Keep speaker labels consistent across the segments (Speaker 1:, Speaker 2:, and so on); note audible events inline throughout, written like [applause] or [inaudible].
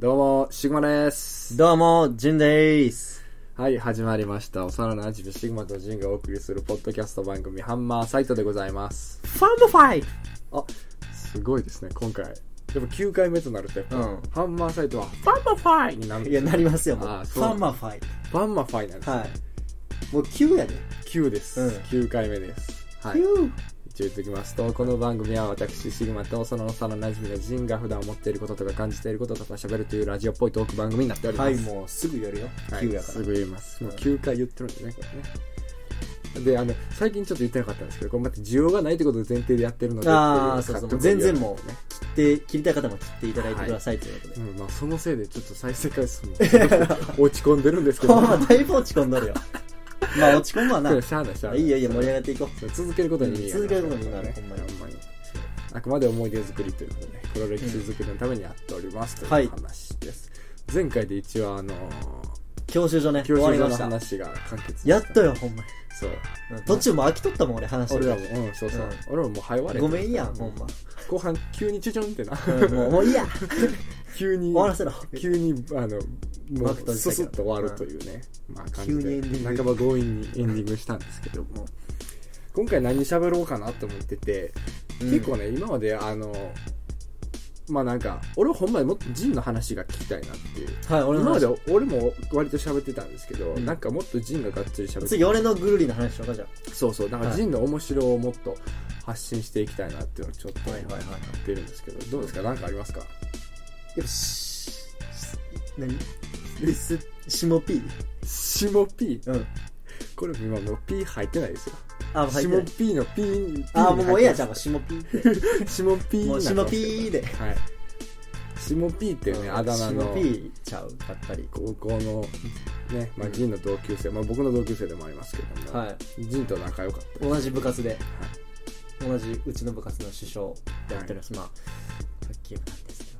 Speaker 1: どうも、シグマです。
Speaker 2: どうも、ジュンでーす。
Speaker 1: はい、始まりました。幼なじみシグマとジンがお送りするポッドキャスト番組、ハンマーサイトでございます。
Speaker 2: ファンドファイ
Speaker 1: あ、すごいですね、今回。でも9回目となると、やっぱ
Speaker 2: うん
Speaker 1: ハンマーサイトは、
Speaker 2: ファンマファ
Speaker 1: になる
Speaker 2: いや、なりますよ、もう。フ
Speaker 1: あーそう
Speaker 2: ァンマファイ。
Speaker 1: バンマファイなんです。
Speaker 2: はい。もう9やで。
Speaker 1: 9です、
Speaker 2: うん
Speaker 1: 9回目です。はい。
Speaker 2: 9。
Speaker 1: 一応言っておきますと、この番組は私、シグマとその幼なじみのジンが普段思っていることとか感じていることとか喋るというラジオっぽいトーク番組になっております。
Speaker 2: はい、もうすぐやるよ。
Speaker 1: はい
Speaker 2: 9やか
Speaker 1: すぐ言いますもう9回言ってるんでねこれねであの最近ちょっと言ってなかったんですけどこれまた需要がないってことで前提でやってるので
Speaker 2: あー
Speaker 1: ってい
Speaker 2: そうそ
Speaker 1: カット
Speaker 2: う
Speaker 1: ボール
Speaker 2: 全然も
Speaker 1: を
Speaker 2: う
Speaker 1: やるんです
Speaker 2: ら。切って、切りたい方も切っていただいてくださいということで。
Speaker 1: ねうんまあ、そのせいでちょっと再生回数も落ち込んでるんですけど
Speaker 2: ほんま、だいぶ落ち込んどるよ。 [laughs] まあ、落ち込むわな。
Speaker 1: それしゃあないしゃあない
Speaker 2: いやいや、盛り上がっていこ
Speaker 1: 続けることに意味が
Speaker 2: 続けることに意味があ
Speaker 1: あ
Speaker 2: る
Speaker 1: る
Speaker 2: ほんまに
Speaker 1: にあくまで思い出作りということで黒歴史作りのためにやっておりますと
Speaker 2: はいいう
Speaker 1: 話です、前回で一応あの
Speaker 2: う。教習所ね、終
Speaker 1: 教
Speaker 2: わ
Speaker 1: 習
Speaker 2: り
Speaker 1: 所
Speaker 2: ま
Speaker 1: の
Speaker 2: した。
Speaker 1: 話が完結
Speaker 2: やっとよ、ほんまに。
Speaker 1: そう
Speaker 2: うん途中も飽きとったもん、俺話して
Speaker 1: 俺
Speaker 2: る
Speaker 1: らもうんそうそう、
Speaker 2: うん
Speaker 1: 俺ももう早われ
Speaker 2: ごめんやん、ほんま。
Speaker 1: 後半急にチュチュンってな、
Speaker 2: うんもう、もういいや。
Speaker 1: [laughs] 急に
Speaker 2: 終わらせろ。
Speaker 1: 急にあのもう
Speaker 2: 幕閉じた
Speaker 1: ス
Speaker 2: けど
Speaker 1: スッと終わるというね、まあ感じ
Speaker 2: 急にエンディン
Speaker 1: で
Speaker 2: グ
Speaker 1: 半ば強引にエンディングしたんですけども今回何喋ろうかなと思ってて、
Speaker 2: うん
Speaker 1: 結構ね今まであのまあなんか俺ほんまにもっとジンの話が聞きたいなっていう
Speaker 2: はい、俺の
Speaker 1: 今ま
Speaker 2: 話
Speaker 1: で。俺も割と喋ってたんですけど、
Speaker 2: うん
Speaker 1: なんかもっとジンががっつり喋って
Speaker 2: 次、俺のぐるりの話しようか、じゃ
Speaker 1: そうそうだから
Speaker 2: はい
Speaker 1: ジンの面白をもっと発信していきたいなっていうのをちょっと
Speaker 2: あ。
Speaker 1: 思っ
Speaker 2: はい。
Speaker 1: てるんですけど、どうですか何かありますか
Speaker 2: よし。何リス、しもピー
Speaker 1: シモピー
Speaker 2: うん。
Speaker 1: これ今もう P 入ってないですよ。
Speaker 2: あ、もう入
Speaker 1: シ
Speaker 2: って
Speaker 1: モ
Speaker 2: ない。
Speaker 1: P の P に。
Speaker 2: あ、もうもうええやんじゃん、
Speaker 1: ん
Speaker 2: もう。しもピー。
Speaker 1: シモ P
Speaker 2: もうしもピ
Speaker 1: ー。
Speaker 2: ーで。
Speaker 1: はい。シモ P っていうね、あだ名
Speaker 2: しも
Speaker 1: の
Speaker 2: ピーちゃう、やっぱり。
Speaker 1: 高校のね、まあ、
Speaker 2: うん
Speaker 1: ジンの同級生、まあ僕の同級生でもありますけども、
Speaker 2: はい。
Speaker 1: ジンと仲良かっ
Speaker 2: 同じ部活で。同じ、うちの部活の主将やってるます。まあ、卓球部なんです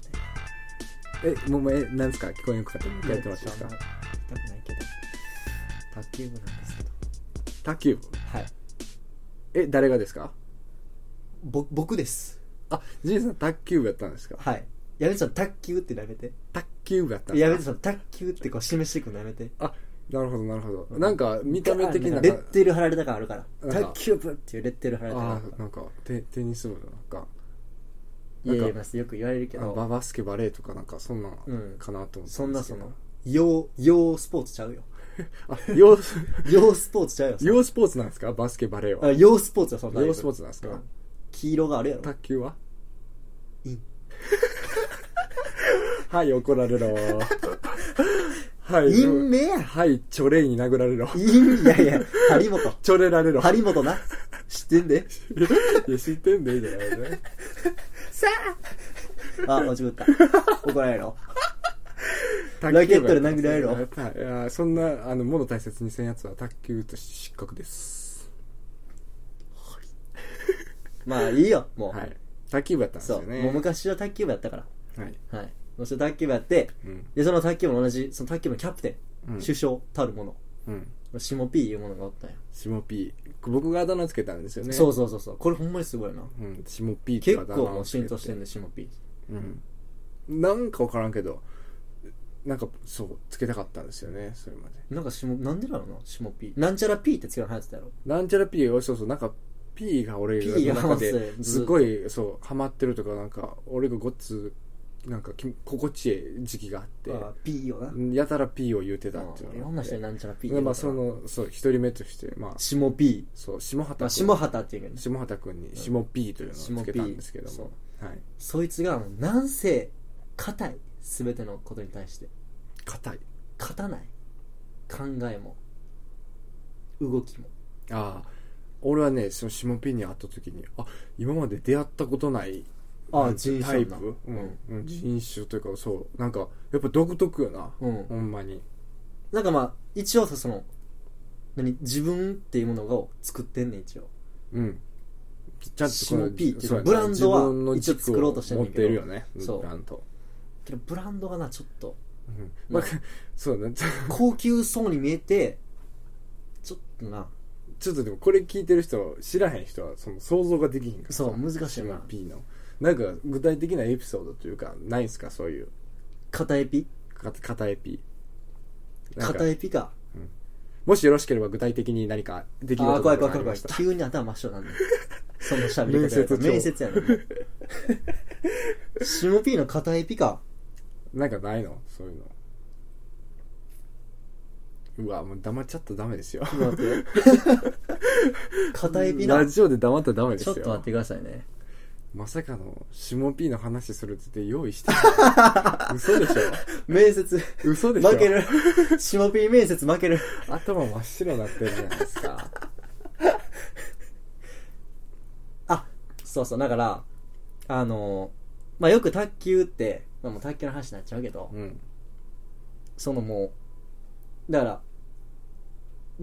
Speaker 2: けどね。
Speaker 1: た。え、もう、もうえ、なんですか聞こえにくかった。一回やってもらっていいです
Speaker 2: あんま
Speaker 1: か
Speaker 2: 痛くないけど。卓球部なんですけど。
Speaker 1: 卓球部。
Speaker 2: はい。
Speaker 1: え、誰がですか
Speaker 2: ぼ、僕です。
Speaker 1: あ、ジンさん卓球部やったんですか
Speaker 2: はい。やめてその卓球ってやめて。
Speaker 1: 卓球部やったんです
Speaker 2: や
Speaker 1: か
Speaker 2: めてその卓球ってこう示していくのやめて。
Speaker 1: あ、なるほど、なるほど。なんか、見た目的な
Speaker 2: レッテル貼られた感あるから
Speaker 1: なんか
Speaker 2: 卓球部っていうレッテル貼られた感あ
Speaker 1: あ
Speaker 2: るか
Speaker 1: あなんかテテニス部のなんからな
Speaker 2: いや
Speaker 1: いん
Speaker 2: や
Speaker 1: か
Speaker 2: ますよく言われるけ
Speaker 1: あバ
Speaker 2: ど
Speaker 1: バスケバレーとかなんかそんなん
Speaker 2: うん
Speaker 1: かなと思って
Speaker 2: そんなその洋洋スポーツちゃうよ
Speaker 1: あ
Speaker 2: [laughs]
Speaker 1: 洋
Speaker 2: 洋スポーツちゃうよそんな
Speaker 1: 洋スポーツなんですかバスケバレーは
Speaker 2: あ洋スポーツよそん
Speaker 1: 洋スポーツなんですか
Speaker 2: うん黄色があるやろ
Speaker 1: 卓球は
Speaker 2: イン
Speaker 1: [laughs] はい怒られろ
Speaker 2: [laughs]
Speaker 1: はい
Speaker 2: 陰名や
Speaker 1: はいチョレイに殴られろ
Speaker 2: 陰いやいや張本
Speaker 1: チョレられろ
Speaker 2: 張本な知ってんで
Speaker 1: いや知ってんでいいじゃないのね
Speaker 2: さああ間違った怒られるやろ
Speaker 1: 卓球部
Speaker 2: ラケットで殴られろ
Speaker 1: はいいやそんなあのもの大切にせんやつは卓球として失格です
Speaker 2: まあいいよもう、
Speaker 1: はい卓球部やったんです
Speaker 2: そ
Speaker 1: よ
Speaker 2: う
Speaker 1: ね
Speaker 2: もう昔は卓球部やったか
Speaker 1: はい
Speaker 2: らはいそして卓球部やって
Speaker 1: うん
Speaker 2: でその卓球部も同じその卓球部のキャプテン、
Speaker 1: うん
Speaker 2: 首相たるもの
Speaker 1: うん
Speaker 2: シモピーいうものがおったんや、
Speaker 1: シモピー僕があだ名つけたんですよね
Speaker 2: そうそうそうそうこれほんまにすごいな
Speaker 1: うん、シモピーって
Speaker 2: 結
Speaker 1: あだ名
Speaker 2: 構も
Speaker 1: を
Speaker 2: う
Speaker 1: つけ
Speaker 2: 浸透してんねシモピー
Speaker 1: うん、なんか分からんけどなんかそうつけたかったんですよねそれまで
Speaker 2: なんかシモなんでだろうなシモピーなんちゃらピーってつけるの流行ってたやろ
Speaker 1: なんちゃら P がそうそうなんか P が俺
Speaker 2: P が
Speaker 1: の中
Speaker 2: そうずっ
Speaker 1: で
Speaker 2: と
Speaker 1: すごいそうハマってるとかなんか俺がごっつなんかき心地いい時期があって
Speaker 2: ああピーよな、
Speaker 1: やたら P を言うてた
Speaker 2: ま
Speaker 1: ってい
Speaker 2: あ
Speaker 1: う
Speaker 2: い
Speaker 1: の
Speaker 2: ろ
Speaker 1: があ
Speaker 2: ん
Speaker 1: っ
Speaker 2: な
Speaker 1: て
Speaker 2: 人になんちゃらピー
Speaker 1: でまあそのそう一人目としてまあ
Speaker 2: シモピ
Speaker 1: そう下
Speaker 2: ー、まあ、
Speaker 1: 畑君
Speaker 2: 下畑っていうけどね
Speaker 1: 下畑君に下 P というのをつけたんですけど
Speaker 2: 下
Speaker 1: も、はい
Speaker 2: そいつがなんせ硬い全てのことに対して
Speaker 1: 硬い
Speaker 2: 勝たない考えも動きも
Speaker 1: ああ俺はねその下ピンに会った時にあ今まで出会ったことない
Speaker 2: あ
Speaker 1: なん
Speaker 2: あ
Speaker 1: て
Speaker 2: 人
Speaker 1: タイ
Speaker 2: 種な
Speaker 1: プ、う
Speaker 2: うんん
Speaker 1: うん人種というかそうなんかやっぱ独特よな、
Speaker 2: うん
Speaker 1: ほんまに
Speaker 2: なんかまあ一応さその何自分っていうものを作ってんねん一応
Speaker 1: うんちゃんと
Speaker 2: 下 P っていう
Speaker 1: そうやな
Speaker 2: ブランドは
Speaker 1: 自分の軸
Speaker 2: 一応作ろうとしてん
Speaker 1: を
Speaker 2: ね
Speaker 1: 持っ
Speaker 2: ん
Speaker 1: て
Speaker 2: けど
Speaker 1: るよね
Speaker 2: そう
Speaker 1: ブランド、
Speaker 2: けどブランドがなちょっと
Speaker 1: うん
Speaker 2: うん
Speaker 1: まあ、そうね [laughs] ちょ
Speaker 2: 高級そうに見えてちょっとな
Speaker 1: ちょっとでもこれ聞いてる人知らへん人はその想像ができひんから
Speaker 2: そう難しい
Speaker 1: 下
Speaker 2: な
Speaker 1: P のなんか具体的なエピソードというかないんすかそういう
Speaker 2: 片エピ
Speaker 1: か片エピなんか
Speaker 2: 片エピか
Speaker 1: もしよろしければ具体的に何かできる
Speaker 2: あ
Speaker 1: こと
Speaker 2: あ怖い
Speaker 1: と
Speaker 2: 怖い
Speaker 1: かありま
Speaker 2: 怖い怖い
Speaker 1: した
Speaker 2: 急に頭真っ白なんだよその喋り方やと
Speaker 1: 面接
Speaker 2: 面接やねんね [laughs] 下 P の片エピか
Speaker 1: なんかないのそういうのうわもう黙っちゃったらダメですよ
Speaker 2: 待
Speaker 1: [laughs]
Speaker 2: って片エピな
Speaker 1: ラジオで黙ったらダメです
Speaker 2: ちょ
Speaker 1: よ
Speaker 2: っと待ってくださいね
Speaker 1: まさかの下 P の話するって言って用意して
Speaker 2: [laughs]
Speaker 1: 嘘でし
Speaker 2: 面接
Speaker 1: ょ嘘でしょ
Speaker 2: 負ける下 P 面接負ける
Speaker 1: 頭真っ白になってるじゃないですか
Speaker 2: あそうそうだからあのまあよく卓球って、まあ、もう卓球の話になっちゃうけど、
Speaker 1: うん
Speaker 2: そのもうだから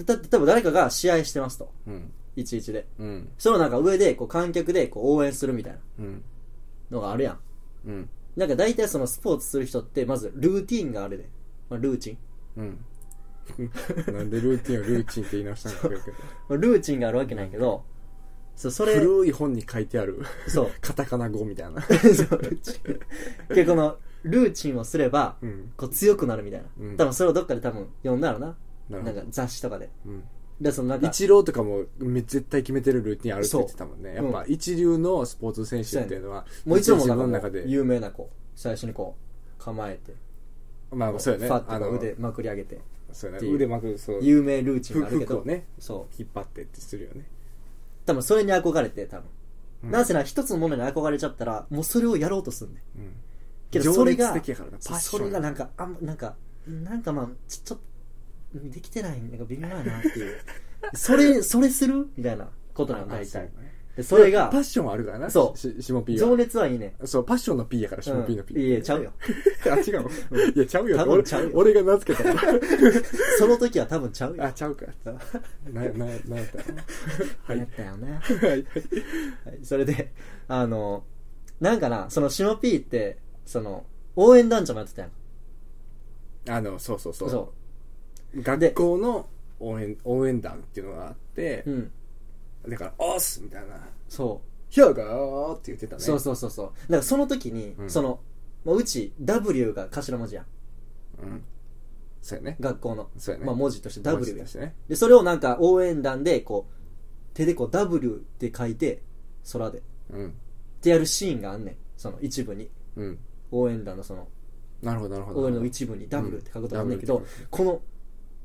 Speaker 2: た例えば誰かが試合してますと
Speaker 1: うん
Speaker 2: 11で
Speaker 1: うん
Speaker 2: そのなんか上でこう観客でこう応援するみたいな
Speaker 1: うん
Speaker 2: のがあるやん
Speaker 1: うん
Speaker 2: なんか大体そのスポーツする人ってまずルーティンがあるで、まあ、ルーチン、
Speaker 1: うん [laughs] なんでルーティンをルーチンって言い直したのかよく
Speaker 2: まあ、ルーチンがあるわけないけどそうそれ
Speaker 1: 古い本に書いてある
Speaker 2: そう [laughs]
Speaker 1: カタカナ語みたいな
Speaker 2: そうルーチンでこのルーチンをすれば
Speaker 1: うん
Speaker 2: こう強くなるみたいな、
Speaker 1: うん
Speaker 2: 多分それをどっかで多分読んだろうな
Speaker 1: なるほ
Speaker 2: なん
Speaker 1: ど
Speaker 2: か雑誌とかで
Speaker 1: うん
Speaker 2: でそのなんか
Speaker 1: 一郎とかもめ絶対決めてるルーティンあるって言ってたもんねや
Speaker 2: そう
Speaker 1: っぱ一流のスポーツ選手っていうのは
Speaker 2: もう一度も
Speaker 1: 自
Speaker 2: な
Speaker 1: 分の
Speaker 2: んか
Speaker 1: 中
Speaker 2: こう
Speaker 1: で
Speaker 2: 有名な子最初にこう構えて
Speaker 1: まあそうやね
Speaker 2: ファッ
Speaker 1: あ
Speaker 2: とこ
Speaker 1: の
Speaker 2: う腕まくり上げて
Speaker 1: そうや
Speaker 2: って
Speaker 1: ね
Speaker 2: いう
Speaker 1: 腕まくそう
Speaker 2: 有名ルーチンがあるけ
Speaker 1: 服
Speaker 2: ど
Speaker 1: をね
Speaker 2: そう
Speaker 1: 引っ張ってってするよね
Speaker 2: 多分それに憧れて多分、
Speaker 1: うん
Speaker 2: なぜなら一つのものに憧れちゃったらもうそれをやろうとすんねん
Speaker 1: うん
Speaker 2: けどそれが
Speaker 1: 情熱的やからなパッショ
Speaker 2: そ
Speaker 1: ン
Speaker 2: れがなんかあんまなんかなんかまあちょちょっとできてないなんか微妙やなっていう
Speaker 1: [laughs]
Speaker 2: それそれするみたいなことなの大体でそれが
Speaker 1: パッションはあるからな
Speaker 2: そう
Speaker 1: ししも P
Speaker 2: 情
Speaker 1: は
Speaker 2: 熱はいいね
Speaker 1: そうパッションの P やからしも P の P
Speaker 2: うんいやちゃうよ
Speaker 1: [laughs] あ違うのいやちゃうよ
Speaker 2: 多分ちゃうよ
Speaker 1: 俺俺が名付けた [laughs] か
Speaker 2: その時は多分ちゃう
Speaker 1: らあ
Speaker 2: よ
Speaker 1: ちゃうかなななんやったの
Speaker 2: [laughs]
Speaker 1: は
Speaker 2: やっ
Speaker 1: い
Speaker 2: たよね
Speaker 1: はい
Speaker 2: はい、それで、あの、なんかな、その、シノピーって、その、応援団長もやってたやん。
Speaker 1: あのそうそうそう
Speaker 2: そ
Speaker 1: 学校の応援応援団っていうのがあって
Speaker 2: う。う、ん。
Speaker 1: だから「オース!」みたいな
Speaker 2: そ
Speaker 1: 「ヒョーゴー!」って言ってた
Speaker 2: う。
Speaker 1: ね
Speaker 2: そうそうそうそう。だからその時に、
Speaker 1: うん
Speaker 2: その、まあうち W が頭文字やん。
Speaker 1: う、ん、そうやね
Speaker 2: 学校の。
Speaker 1: そうやね、
Speaker 2: まあ文字として W や
Speaker 1: だ
Speaker 2: ん
Speaker 1: し。ね
Speaker 2: で、それをなんか応援団で、こう、手でこう W って書いて、空で。っ
Speaker 1: うん
Speaker 2: てやるシーンがあんねん。その一部に。
Speaker 1: うん
Speaker 2: 応援団のその、
Speaker 1: なるほどなるほど
Speaker 2: 応援の一部に W って書くことがあんねんけ
Speaker 1: う
Speaker 2: ど
Speaker 1: ん W って書、
Speaker 2: この、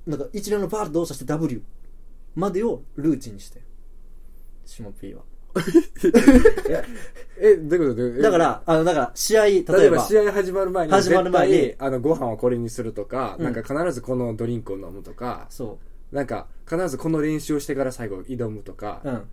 Speaker 2: なんか一連のバーッと動作して W までをルーチンにして。シモピーは。
Speaker 1: えどういうことどういうこと
Speaker 2: だから、あの、だから、試合、例えば、
Speaker 1: 例えば試合始まる前に
Speaker 2: 始まる前に
Speaker 1: 絶対あのご飯はこれにするとか、
Speaker 2: うん
Speaker 1: なんか必ずこのドリンクを飲むとか
Speaker 2: そ
Speaker 1: なんか必ずこの練習をしてから最後挑むとか、
Speaker 2: う。うん。
Speaker 1: なん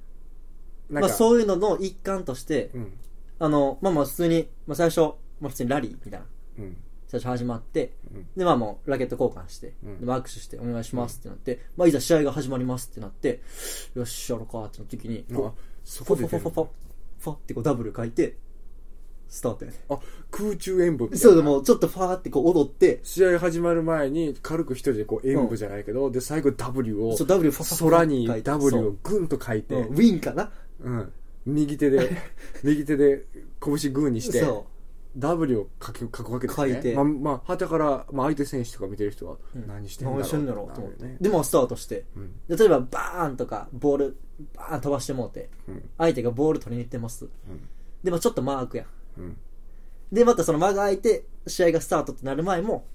Speaker 2: ま
Speaker 1: か、
Speaker 2: あ、そういうのの一環として、
Speaker 1: うん
Speaker 2: あの、まあまあ、普通に、まあ、最初、まあ、普通にラリーみたいな。
Speaker 1: うん
Speaker 2: 最初始まって、
Speaker 1: うん
Speaker 2: で、まあもう、ラケット交換して、
Speaker 1: うん
Speaker 2: でまあ握手して、お願いしますってなって、まあ、いざ試合が始まりますってなって、よっしゃろかってなった時に、
Speaker 1: あ
Speaker 2: こう
Speaker 1: そ
Speaker 2: フ
Speaker 1: こ
Speaker 2: ォ
Speaker 1: で
Speaker 2: フォフ
Speaker 1: 出る
Speaker 2: ォフォフォ、フォってこう、ダブル書いて、スタートやね。
Speaker 1: あ空中演舞みたいな
Speaker 2: そうでもうちょっとファーってこう踊って、
Speaker 1: 試合始まる前に軽く一人でこう演舞じゃないけど、で最後 W を
Speaker 2: そう W ファファファ
Speaker 1: 空に
Speaker 2: 書いて
Speaker 1: W
Speaker 2: そ
Speaker 1: を
Speaker 2: う
Speaker 1: グンと書いて、
Speaker 2: う
Speaker 1: う、
Speaker 2: んウィンかなん
Speaker 1: 右手
Speaker 2: [laughs]
Speaker 1: で右手で拳グーにして
Speaker 2: そ
Speaker 1: W を書き書くわけですね
Speaker 2: 書いて
Speaker 1: まあまあはたから、まあ、相手選手とか見てる人は
Speaker 2: う。うん
Speaker 1: 何してんだろう,、
Speaker 2: 何してんだろうと思って
Speaker 1: ね
Speaker 2: で、まあスタートして。
Speaker 1: うん
Speaker 2: で例えばバーンとかボールバーン飛ばしてもうて
Speaker 1: うん
Speaker 2: 相手がボール取りに行ってます
Speaker 1: うん
Speaker 2: でもちょっと間空くやん
Speaker 1: うん
Speaker 2: でまたその間が空いて試合がスタートってなる前も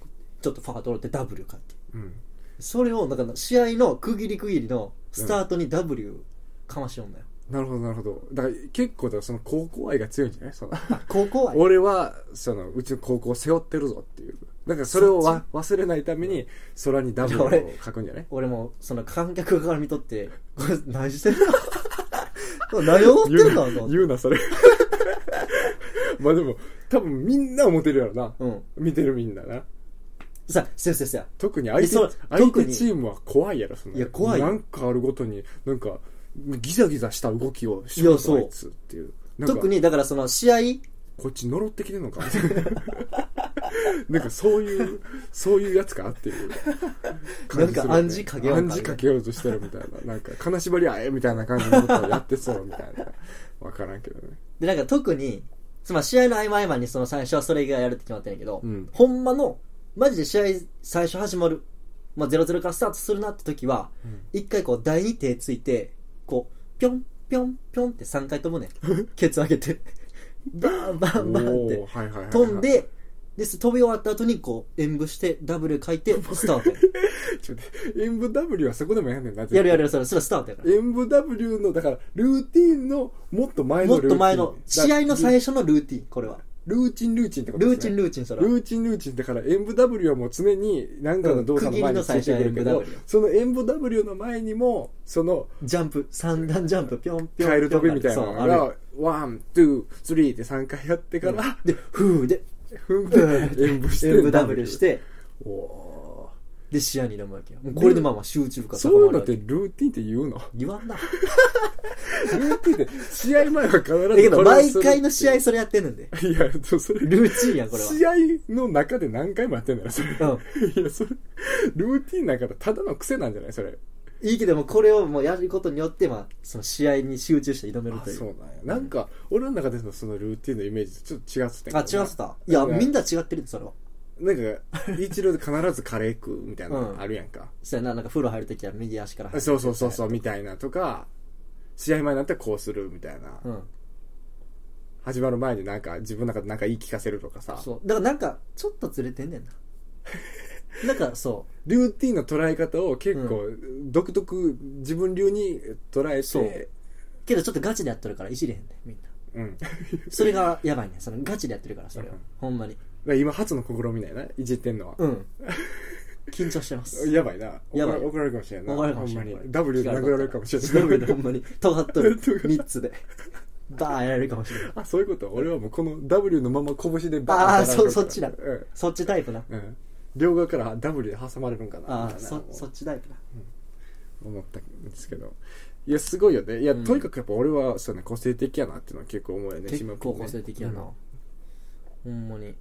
Speaker 2: ちょっとファードローって W かって
Speaker 1: うん
Speaker 2: それをなんか試合の区切り区切りのスタートに W かましよんだよ、
Speaker 1: なるほどなるほどだから結構だからその高校愛が強いんじゃないその
Speaker 2: 高校愛
Speaker 1: 俺はそのうちの高校を背負ってるぞっていうなんかそれをわ忘れないために空に W を書くんじゃない
Speaker 2: 俺もその観客から見とってこれ何してん [laughs] の何を踊ってんのと
Speaker 1: 言うな
Speaker 2: 思って
Speaker 1: 言うなそれ [laughs] まあでも多分みんな思ってるやろな
Speaker 2: うん
Speaker 1: 見てるみんなな
Speaker 2: さあせやせやせや
Speaker 1: 特に相
Speaker 2: え
Speaker 1: 手
Speaker 2: そう
Speaker 1: 相
Speaker 2: 特
Speaker 1: 手
Speaker 2: に
Speaker 1: チームは怖いやろその
Speaker 2: いや怖い
Speaker 1: なんかあるごとになんかギザギザした動きをし
Speaker 2: い
Speaker 1: よ
Speaker 2: やそう
Speaker 1: あいつっていうなんか
Speaker 2: 特にだからその試合
Speaker 1: こっち呪ってきてんのかなんかそういうそういうやつかっていう感じするよね
Speaker 2: なんか暗示かけようかみた
Speaker 1: 暗示
Speaker 2: いな
Speaker 1: かけようとしてるみたいななんか金縛りあえみたいな感じのことをやってそうみたいなわからんけどね
Speaker 2: でなんか特につまり試合の合間合間にその最初はそれがやるって決まってんやけど、
Speaker 1: うん
Speaker 2: ほんまの、マジで試合最初始まる、まあ、0-0からスタートするなって時は、一回こう台に手ついて、こう、ぴょんぴょんぴょんって3回飛ぶね
Speaker 1: [laughs]
Speaker 2: ん。ケツ上げて。バンバンバンって
Speaker 1: おー。はいはいはいはい
Speaker 2: 飛んで、です飛び終わった後にこう演舞してダブル書いてスタートや
Speaker 1: ちょっと待って演舞 W はそこでもやんねん [laughs] な
Speaker 2: やるやるやるそれそれスタートやから
Speaker 1: 演舞 W のだからルーティンのもっと前
Speaker 2: も
Speaker 1: の
Speaker 2: っ
Speaker 1: ルーティン
Speaker 2: と前の試合の
Speaker 1: だ
Speaker 2: 最初のルーティンこれは
Speaker 1: ルーチンルーチンってこと
Speaker 2: ルー
Speaker 1: です
Speaker 2: チ
Speaker 1: ね
Speaker 2: ンルーチンそれ
Speaker 1: ル
Speaker 2: は
Speaker 1: ーチンルーチンだから演舞 W はもう常に何かの動作の前についてくるけ
Speaker 2: う
Speaker 1: ど
Speaker 2: ん区切りの最初は
Speaker 1: その演
Speaker 2: 演舞 W
Speaker 1: 舞 W の前にもその
Speaker 2: ジャンプ三段ジャンプピョンピョン
Speaker 1: カエル飛びみたいな
Speaker 2: そ
Speaker 1: の
Speaker 2: うある
Speaker 1: がワン、ツー、スリーって3回やってから、
Speaker 2: でフ
Speaker 1: [laughs]
Speaker 2: ーで
Speaker 1: ふん
Speaker 2: う
Speaker 1: で
Speaker 2: ん
Speaker 1: 演舞して
Speaker 2: 演舞ダブルして
Speaker 1: お
Speaker 2: で試合に挑むわけよもうこれでまあまあ集中力
Speaker 1: ー
Speaker 2: が
Speaker 1: そういう
Speaker 2: 高ま
Speaker 1: の
Speaker 2: る
Speaker 1: っ
Speaker 2: わ
Speaker 1: て
Speaker 2: け
Speaker 1: ルーティンって言うの
Speaker 2: 言わんな
Speaker 1: ルーティンって試合前は必ずこ
Speaker 2: だ
Speaker 1: れ
Speaker 2: けど
Speaker 1: を
Speaker 2: 毎
Speaker 1: する
Speaker 2: 回の試合それやってんねんで
Speaker 1: いやそうそれ
Speaker 2: ルーチンや
Speaker 1: [laughs]
Speaker 2: んこれは
Speaker 1: 試合の中で何回もやってんだよそれ、
Speaker 2: うん
Speaker 1: いやそれルーティンなんかただの癖なんじゃないそれ
Speaker 2: いいけどもこれをもうやることによってまあその試合に集中して挑めるという
Speaker 1: そうなんやなんか俺の中でのそのルーティンのイメージとちょっと違ってた
Speaker 2: あ、違ってた。いや、
Speaker 1: なんか
Speaker 2: みんな違ってるって、それは。
Speaker 1: なんか一郎で必ずカレー食うみたいなのあるやんか、
Speaker 2: そうやな、なんか風呂入るときは右足から入る。
Speaker 1: そうそうそうそうみたいなとか試合前になったらこうするみたいな、
Speaker 2: うん。
Speaker 1: 始まる前になんか自分の中でなんか言い聞かせるとかさ
Speaker 2: そう。だからなんか、ちょっとずれてんねんな。なんか、そ
Speaker 1: ルーティンの捉え方を結構独特、自分流に捉え
Speaker 2: そう
Speaker 1: て
Speaker 2: う。けどちょっとガチでやっとるからいじれへんねん、みんな。
Speaker 1: うん
Speaker 2: それがやばいねん。そのガチでやってるから、それは
Speaker 1: うん。
Speaker 2: ほんまに。
Speaker 1: だから今初の試みだよないじってんのは、
Speaker 2: うん。緊張してます。
Speaker 1: やばいな
Speaker 2: やば
Speaker 1: 怒ら
Speaker 2: い
Speaker 1: 怒られるかもしれんない
Speaker 2: 怒られるかもしれない
Speaker 1: ほんまに W で殴られるかもしれない
Speaker 2: W でほんまに。尖っと
Speaker 1: [laughs]
Speaker 2: る。3つで。バーンやられるかもしれない。
Speaker 1: あそういうこと俺はもうこの W のまま拳で当
Speaker 2: ああー、
Speaker 1: たられ
Speaker 2: そ、
Speaker 1: るか
Speaker 2: そ
Speaker 1: ら
Speaker 2: っちだ
Speaker 1: うん。
Speaker 2: そっちタイプな。
Speaker 1: うん両側から W で挟まれるんかな
Speaker 2: あ
Speaker 1: み
Speaker 2: あ、
Speaker 1: たいな
Speaker 2: そ、そっちタイプな。
Speaker 1: 思ったんですけどいやすごいよねいや、
Speaker 2: うん
Speaker 1: とにかくやっぱ俺はそう、ね、個性的やなっていうのは結構思うよね
Speaker 2: 結構
Speaker 1: 島君ね
Speaker 2: 個性的やな、ほんまに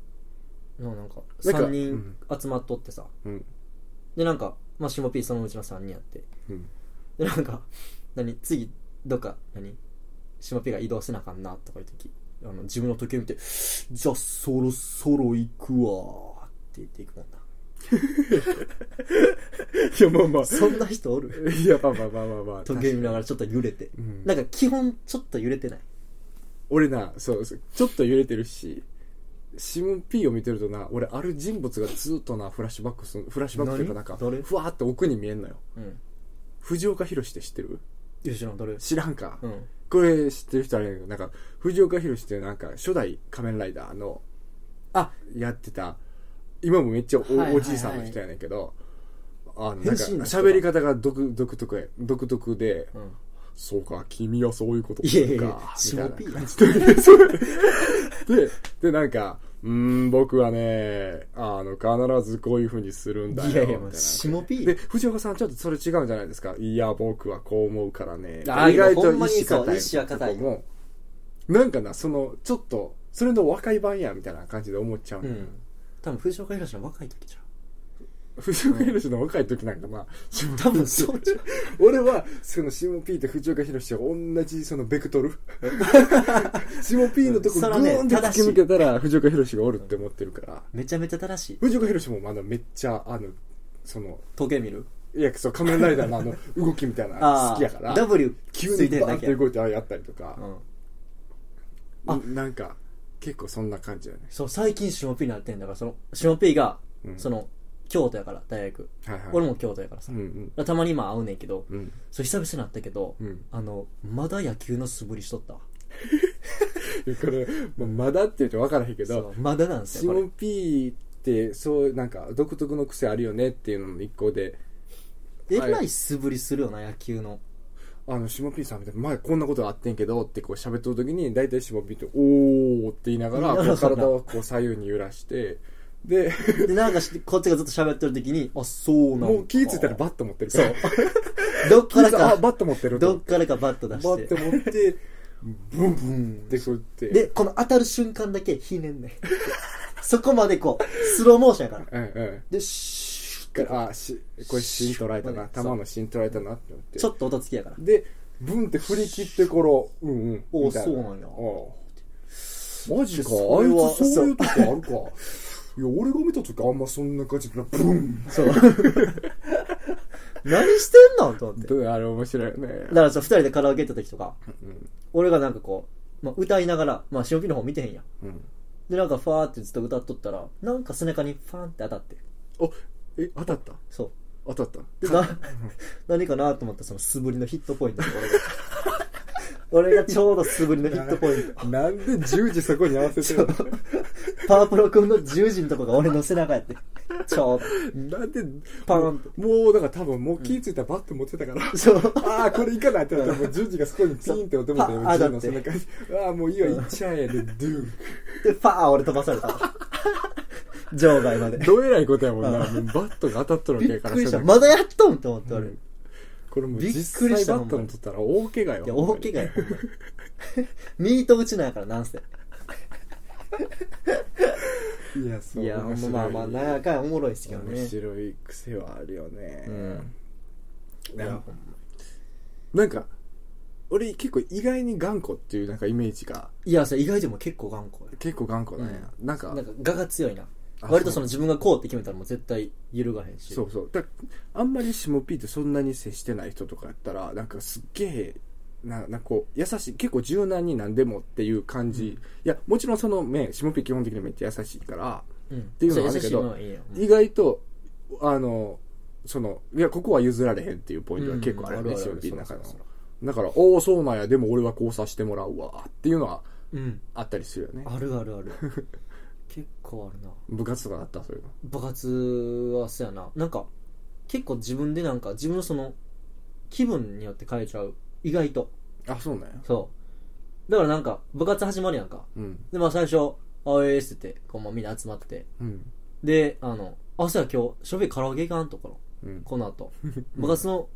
Speaker 2: ななんか
Speaker 1: なんか
Speaker 2: 3人集まっとってさ、
Speaker 1: うん
Speaker 2: でなんかまあ下 P そのうちの3人やって
Speaker 1: うん
Speaker 2: でなんか何次どっか何下 P が移動せなあかんなとかいう時あの自分の時計見て「じゃあそろそろ行くわ」って言っていくもんない
Speaker 1: やまあまあ
Speaker 2: そんな人
Speaker 1: [laughs]
Speaker 2: おる
Speaker 1: いやまあまあまあまあ
Speaker 2: [laughs]
Speaker 1: まあ
Speaker 2: 時計見ながらちょっと揺れて、
Speaker 1: うん
Speaker 2: なんか基本ちょっと揺れてない
Speaker 1: 俺なそうそうちょっと揺れてるしシモン P を見てるとな俺ある人物がずっとなフラッシュバックするフラッシュバックというかなんか
Speaker 2: 何誰
Speaker 1: ふわーって奥に見えんのよ
Speaker 2: うん
Speaker 1: 藤岡弘って知ってる
Speaker 2: 吉野どれ
Speaker 1: 知らんか、
Speaker 2: うん
Speaker 1: これ知ってる人あれやけどなんか藤岡弘っていうなんか初代仮面ライダーの
Speaker 2: あ
Speaker 1: やってた今もめっちゃお,、
Speaker 2: はいはいはい
Speaker 1: おじいさんの人やねんけどあのなんか
Speaker 2: 変身の人だ
Speaker 1: 喋り方が独独特や独特で、
Speaker 2: うん
Speaker 1: そうか君はそういうことを
Speaker 2: い
Speaker 1: す
Speaker 2: やいや
Speaker 1: る
Speaker 2: いや
Speaker 1: かみた
Speaker 2: 下 P
Speaker 1: い
Speaker 2: や
Speaker 1: なんででなんかうーん僕はねあの必ずこういうふうにするんだよ
Speaker 2: いやいや、
Speaker 1: み
Speaker 2: もう、
Speaker 1: たいな
Speaker 2: 下 P
Speaker 1: で藤岡さんちょっとそれ違うんじゃないですかいや僕はこう思うからね
Speaker 2: あー
Speaker 1: 意外
Speaker 2: ほ
Speaker 1: と
Speaker 2: んまに
Speaker 1: 意志
Speaker 2: そう
Speaker 1: 固い
Speaker 2: 意志は固い
Speaker 1: とこもなんかなそのちょっとそれの若い版やみたいな感じで思っちゃう
Speaker 2: う
Speaker 1: のよ、
Speaker 2: ん多分藤岡弘の若い時じゃん
Speaker 1: 藤岡弘の若い時なんかまあ下
Speaker 2: 多分そうじゃん
Speaker 1: [laughs] 俺はそのシモピーと藤岡弘は同じそのベクト
Speaker 2: [laughs]
Speaker 1: ルシモピーのとこグ
Speaker 2: それはね
Speaker 1: ーンって突き抜けたら藤岡弘がおるって思ってるから
Speaker 2: めちゃめちゃ正しい
Speaker 1: 藤岡弘もまだめっちゃあのその
Speaker 2: 時計見る
Speaker 1: いやそう仮面ライダーのあ
Speaker 2: [laughs]
Speaker 1: の動きみたいなの好きやから
Speaker 2: W
Speaker 1: 急
Speaker 2: ついて
Speaker 1: に
Speaker 2: る
Speaker 1: バー
Speaker 2: だ
Speaker 1: ンっ
Speaker 2: け
Speaker 1: て
Speaker 2: や
Speaker 1: 動いてああやったりとか
Speaker 2: う、ん
Speaker 1: あなんか結構そんな感じだね
Speaker 2: そう最近下 P になってんだからその下 P が
Speaker 1: うん
Speaker 2: その京都やから大学
Speaker 1: はいはい
Speaker 2: 俺も京都やからさ
Speaker 1: うんうん
Speaker 2: たまに今会うねんけど
Speaker 1: うん
Speaker 2: そう久々になったけど
Speaker 1: うん
Speaker 2: あのまだ野球の素振りしとったわ
Speaker 1: いやこれ、まあまだって言うと分からへんけ
Speaker 2: そ
Speaker 1: ど
Speaker 2: うまだなんです
Speaker 1: シ
Speaker 2: よこ
Speaker 1: モ
Speaker 2: れ
Speaker 1: ン P ってそうなんか独特の癖あるよねっていうのの一個で
Speaker 2: えらい素振りするよな野球の
Speaker 1: あのシモン P さんみたいな前こんなことあってんけどってこう喋っとる時に大体シモン P って「おー」って言いな
Speaker 2: [laughs]
Speaker 1: がらこ
Speaker 2: なる
Speaker 1: う
Speaker 2: ほど
Speaker 1: 体をこう左右に揺らしてで
Speaker 2: でなんかしこっちがずっと喋ってる時にあそう [laughs] なんだ
Speaker 1: もう気ぃ付いたらバット持ってるか
Speaker 2: そ
Speaker 1: ら
Speaker 2: うどっ
Speaker 1: 気
Speaker 2: か
Speaker 1: ぃ
Speaker 2: ら
Speaker 1: 付いたらあ
Speaker 2: か
Speaker 1: バット持ってると
Speaker 2: ど
Speaker 1: 思っ
Speaker 2: ってからかバット出
Speaker 1: バッ
Speaker 2: して
Speaker 1: ト持ってブンブンってこうやって
Speaker 2: で、この当たる瞬間だけひねんねん。 [laughs] そこまでこう、スローモーションやから。
Speaker 1: うんうん
Speaker 2: で、シュッ
Speaker 1: あしこれ芯取られたな
Speaker 2: そう
Speaker 1: 球の芯取られたなって思って
Speaker 2: ちょっと音つきやから。
Speaker 1: でブンって振り切って頃うんうん
Speaker 2: お
Speaker 1: みたい
Speaker 2: そうなんや
Speaker 1: おマジか
Speaker 2: それは
Speaker 1: あいつそういうとこあるかいや俺が見た時あんまそんな感じでブン
Speaker 2: そう何してんのと思ってだか
Speaker 3: ブーあれ面白いよね。
Speaker 2: らさ2人でカラオケ行った時とか
Speaker 1: うん
Speaker 2: 俺がなんかこう、まあ、歌いながら、まあ、忍びの方見てへんやん
Speaker 1: うん
Speaker 2: でなんかファーってずっと歌っとったらなんか背中にファンって当たって
Speaker 1: あえ当たった
Speaker 2: そう
Speaker 1: 当たった
Speaker 2: で [laughs] な何かなと思ったらその素振りのヒットポイント俺が俺がちょうど素振りのヒットポイント
Speaker 1: なんで10時 [laughs] そこに合わせてる
Speaker 2: パワープロ君の十字のとこが俺の背中やってちょう
Speaker 1: のなんで
Speaker 2: パーンって
Speaker 1: もうだから多分もう気ぃついたらバッと持ってたから、
Speaker 2: どそう
Speaker 1: [laughs] ああこれいかないってな [laughs] ったらもう10時がそこにピンって音も出
Speaker 2: そう
Speaker 1: る
Speaker 2: あ
Speaker 1: 10の
Speaker 2: だ
Speaker 1: そ
Speaker 2: って
Speaker 1: んな感じああもういいわ行っちゃえでドゥ [laughs] ン
Speaker 2: でパーン俺飛ばさ [laughs] れた場外まで
Speaker 3: どえらいことやもんな。もうバットが当たっとるわけ
Speaker 2: び
Speaker 3: や
Speaker 2: っ
Speaker 3: から
Speaker 2: くりした
Speaker 3: 背中
Speaker 2: まだやっとんと思って俺、
Speaker 3: うんこれもう
Speaker 2: びっくりした
Speaker 3: 実際バットに取ったら大怪我よ。
Speaker 2: いや大怪我やほんまにミート打ちなんやからなんせ
Speaker 1: いやそう
Speaker 2: いやほんままあまあなんやかんやおもろいですけどね
Speaker 1: 面白い癖はあるよね、
Speaker 2: うんい
Speaker 1: なん
Speaker 2: や
Speaker 1: かなんか俺結構意外に頑固っていうなんかイメージが
Speaker 2: いやそれ意外でも結構頑固や
Speaker 1: 結構頑固なんや、なんか
Speaker 2: なんか我が強いな
Speaker 1: あ
Speaker 2: 割とその自分がこうって決めたらもう絶対揺るがへんし
Speaker 1: そうそうだあんまり下 P とそんなに接してない人とかやったらなんかすっげえななんかこう優しい結構柔軟に何でもっていう感じ、いやもちろんその面下 P 基本的にめっちゃ優しいから
Speaker 2: うん、って
Speaker 1: いうのはあるけど
Speaker 2: いいよ
Speaker 1: 意外とあのそのいやここは譲られへんっていうポイントが結構あるよね、
Speaker 2: うんう
Speaker 1: 下
Speaker 2: んあるある
Speaker 1: P の中の
Speaker 2: そうそう
Speaker 1: だからおおそうなんやでも俺はこうさしてもらうわっていうのは
Speaker 2: うん
Speaker 1: あったりするよね
Speaker 2: あるあるある
Speaker 1: [laughs]
Speaker 2: 結構あるな
Speaker 1: 部活とかだったそういうの
Speaker 2: 部活はそうやななんか結構自分でなんか自分のその気分によって変えちゃう意外と
Speaker 1: あそうなんや
Speaker 2: そうだからなんか部活始まるやんか
Speaker 1: うん
Speaker 2: でまあ最初「あおい」って言ってこう、まあ、みんな集まって
Speaker 1: うん
Speaker 2: であの「あそうや今日しょべカラオケ行かん」とかの
Speaker 1: うん好
Speaker 2: こ
Speaker 1: [laughs]
Speaker 2: の後部活の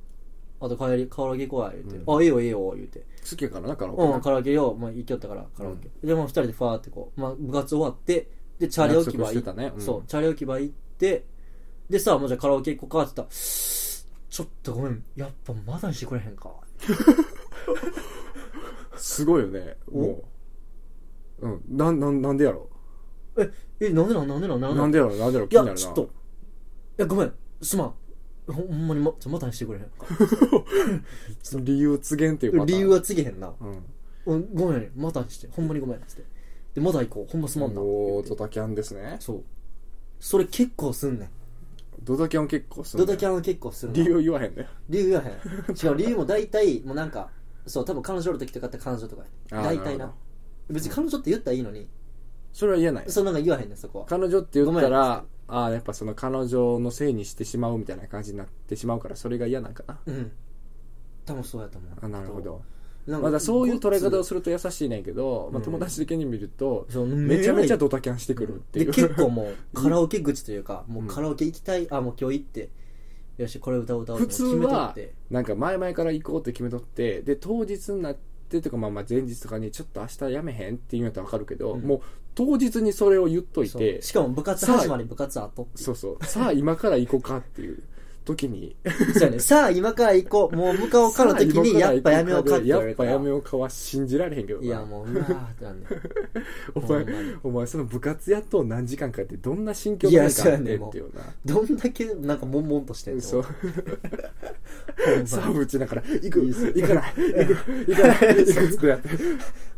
Speaker 2: あと帰りカラオケ行こうや言うて「
Speaker 1: う
Speaker 2: あいいよいいよ」言うて
Speaker 1: きやからなカラオケな
Speaker 2: うん、カラオケよ、まあ、行きよったからカラオケ、でもう二人でファーってこう、まあ、部活終わってでチャリ置き場行
Speaker 1: 約束してたねうん
Speaker 2: そうチャリ置き場行ってでさもうじゃあカラオケ行こうかって言ったらちょっとごめんやっぱまだにしてくれへんか
Speaker 1: すごいよねもううんなんなんなんでやろ
Speaker 2: ええなんでなんなんでなんなんでな
Speaker 1: なんんでやろなんでやろ
Speaker 2: い
Speaker 1: 気にな
Speaker 2: や
Speaker 1: る
Speaker 2: ちょ
Speaker 1: な
Speaker 2: っといやごめんすまんほんまにまちょまだにしてくれへんか
Speaker 1: 理由告げんっていうパター
Speaker 2: 理
Speaker 1: ン
Speaker 2: 由は告げへんな、
Speaker 1: うん
Speaker 2: うん、ごめんまだにしてほんまにごめんっつってでまだ行こうほんますまんな
Speaker 1: おードタキャンですね
Speaker 2: そうそれ結構すんねん
Speaker 1: ドタキャン結構する
Speaker 2: ドタキャンは結構するな
Speaker 1: 理由言わへんね
Speaker 2: 理由言わへんしかも理由も大体もうなんかそう多分彼女の時とかって彼女とか
Speaker 1: あ
Speaker 2: や
Speaker 1: ー
Speaker 2: 大体
Speaker 1: な
Speaker 2: な
Speaker 1: るほ
Speaker 2: 別に彼女って言ったらいいのに、
Speaker 1: それは言えない
Speaker 2: そうなんか言わへんねんそこは
Speaker 1: 彼女って言った
Speaker 2: ごめん
Speaker 1: らああやっぱその彼女のせいにしてしまうみたいな感じになってしまうからそれが嫌なんかな
Speaker 2: うん多分そうやと思う
Speaker 1: あなるほど
Speaker 2: なんか
Speaker 1: まだそういう捉え方を
Speaker 2: そ
Speaker 1: すると優しいねんけど、まあ、
Speaker 2: うん
Speaker 1: 友達的に見ると、
Speaker 2: う
Speaker 1: めちゃめちゃ
Speaker 2: ど
Speaker 1: ドタキャンしてくるってい
Speaker 2: で
Speaker 1: う、
Speaker 2: 結構 [laughs] もうカラオケ口というかもううんカラオケ行きたい、あもう今日行ってよしこれ歌おう歌おう
Speaker 1: 普通
Speaker 2: もう決めと
Speaker 1: は
Speaker 2: って
Speaker 1: [laughs] なんか前々から行こうって決めとってで当日になってとかまあまあ前日とかにちょっと明日やめへんって言うんやったら分かるけど、
Speaker 2: うん
Speaker 1: もう当日にそれを言っとい
Speaker 2: そう
Speaker 1: て
Speaker 2: しかも部活
Speaker 1: さあ
Speaker 2: 始まり部活後っていう
Speaker 1: そうそうさあ今から行こうかっていう時に
Speaker 2: そうやね [laughs] さあ今から行こうもう向かおうかの時にやっぱやめようかって言
Speaker 1: や
Speaker 2: わ
Speaker 1: っ
Speaker 2: れるか
Speaker 1: ぱ
Speaker 2: ら
Speaker 1: やめようかは信じられへんけどない
Speaker 2: やもううわーってなんねん
Speaker 1: お
Speaker 2: ほん
Speaker 1: 前
Speaker 2: まに
Speaker 1: お前その部活やっとう何時間かってどんな心境なんかあってっていうな
Speaker 2: どんだけなんか悶々としてんの
Speaker 1: そう
Speaker 2: ほんまに
Speaker 1: サーブ打ちながら行く
Speaker 2: いいっす
Speaker 1: 行かない行く行かない行くってやって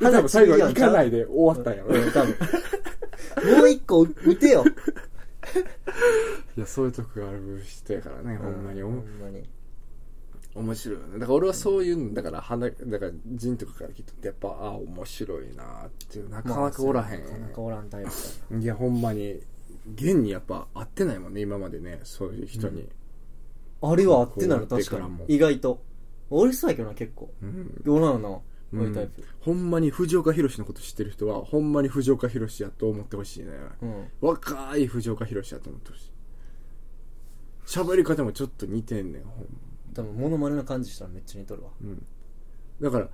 Speaker 1: 多分最後は行かないで終わったんやろ
Speaker 2: うん多分もう一個打てよ
Speaker 1: いやそういうとこがある人やからねほんまにお
Speaker 2: [laughs] ほ
Speaker 1: も
Speaker 2: んまに
Speaker 1: 面白いよねだから俺はそういうのだから花だから人とかから聞いとってやっぱあ面白いなっていうなかなかおらへ
Speaker 2: なかなか
Speaker 1: ん
Speaker 2: おらんタイプ
Speaker 1: いやほんまに現にやっぱ会ってないもんね今までねそういう人に
Speaker 2: あれは合ってなる
Speaker 1: こうなって
Speaker 2: 確
Speaker 1: か
Speaker 2: から
Speaker 1: も
Speaker 2: に意外と俺そうやけどな結構
Speaker 1: うん
Speaker 2: おらんよな
Speaker 1: う
Speaker 2: こういうタイ
Speaker 1: ん
Speaker 2: プ、
Speaker 1: ほんまに藤岡弘のこと知ってる人はほんまに藤岡弘やと思ってほしいね
Speaker 2: うん
Speaker 1: 若い藤岡弘やと思ってほしい喋り方もちょっと似てんねんほん、
Speaker 2: 多分モノマネの感じしたらめっちゃ似とるわ
Speaker 1: うん、だから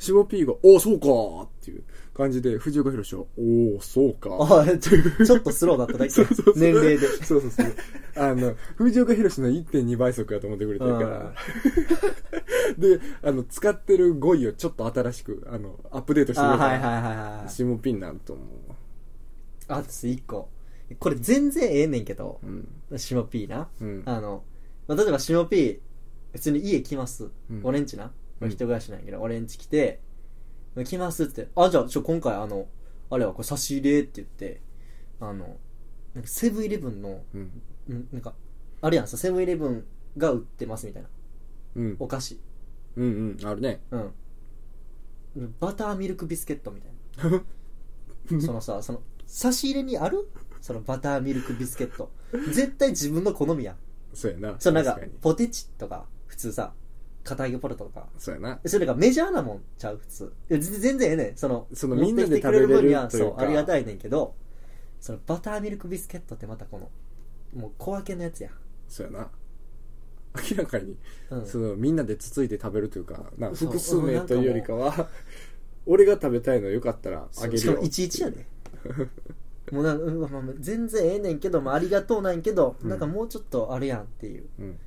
Speaker 1: シボピーが「おおそうか!」っていう感じで藤岡弘は「おおそうか!」
Speaker 2: ああちょちょっとスローだっただけ年齢で
Speaker 1: そうそうそうあの、藤岡弘の1.2倍速やと思ってくれてるから。 [laughs] で、あの、使ってる語彙をちょっと新しく、あの、アップデートしてく
Speaker 2: あ
Speaker 1: れ
Speaker 2: ー
Speaker 1: た
Speaker 2: はいはい
Speaker 1: ら、
Speaker 2: はいはい
Speaker 1: シムピンなんと思うわ。
Speaker 2: あと1個これ全然ええねんけど
Speaker 1: うん。
Speaker 2: シモピーな
Speaker 1: うん。
Speaker 2: あの、まあ、例えばシモピー普通に家来ます、
Speaker 1: うん
Speaker 2: 俺んちな
Speaker 1: うん
Speaker 2: 俺一人暮らしなんやけど、俺んち来て来ますってあじゃあちょ今回あのあれはこれ差し入れって言ってあのなんかセブンイレブンの
Speaker 1: うん。
Speaker 2: うんなんかあれやんさセブンイレブンが売ってますみたいな
Speaker 1: うん。
Speaker 2: お菓子
Speaker 1: うん。うん。あるね。
Speaker 2: うんバターミルクビスケットみたい
Speaker 1: [laughs]
Speaker 2: なそのさその差し入れにあるそのバターミルクビスケット絶対自分の好みやん
Speaker 1: そうやな。
Speaker 2: そうなんか
Speaker 1: 確に
Speaker 2: ポテチとか普通さ片揚げポテトとか
Speaker 1: そうやな。
Speaker 2: それがメジャーなもんちゃう普通いや全然全然ええねんその
Speaker 1: その
Speaker 2: 持ってきてく
Speaker 1: みんなで食べれる
Speaker 2: 分には
Speaker 1: という
Speaker 2: そ
Speaker 1: か
Speaker 2: うありがたいねんけどそのバターミルクビスケットってまたこのもう小分けのやつやん
Speaker 1: そうやな。明らかに、
Speaker 2: うん
Speaker 1: その、みんなでつついて食べるというか、なんか
Speaker 2: そう
Speaker 1: 複数名というよりかは、俺が食べたいのよかったらあげるよ。
Speaker 2: しかも11やで [laughs] もうなんかうんまあまあ全然ええねんけど、まあ、ありがとうなんやけど、
Speaker 1: うん
Speaker 2: なんかもうちょっとあれやんっていう、
Speaker 1: うん。